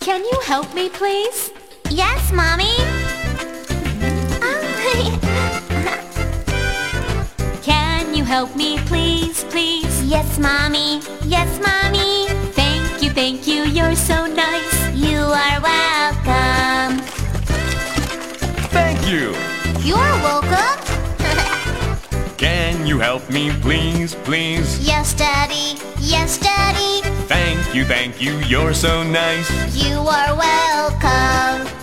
Can you help me, please? Yes, Mommy. Can you help me, please, please? yes, Mommy. Yes, Mommy. Thank you, thank you, you're so nice. You are welcome. Thank you. You're welcome? Can you help me, please, please? Yes, Daddy. Yes, Daddy. Thank you, thank you, you're so nice. You are welcome.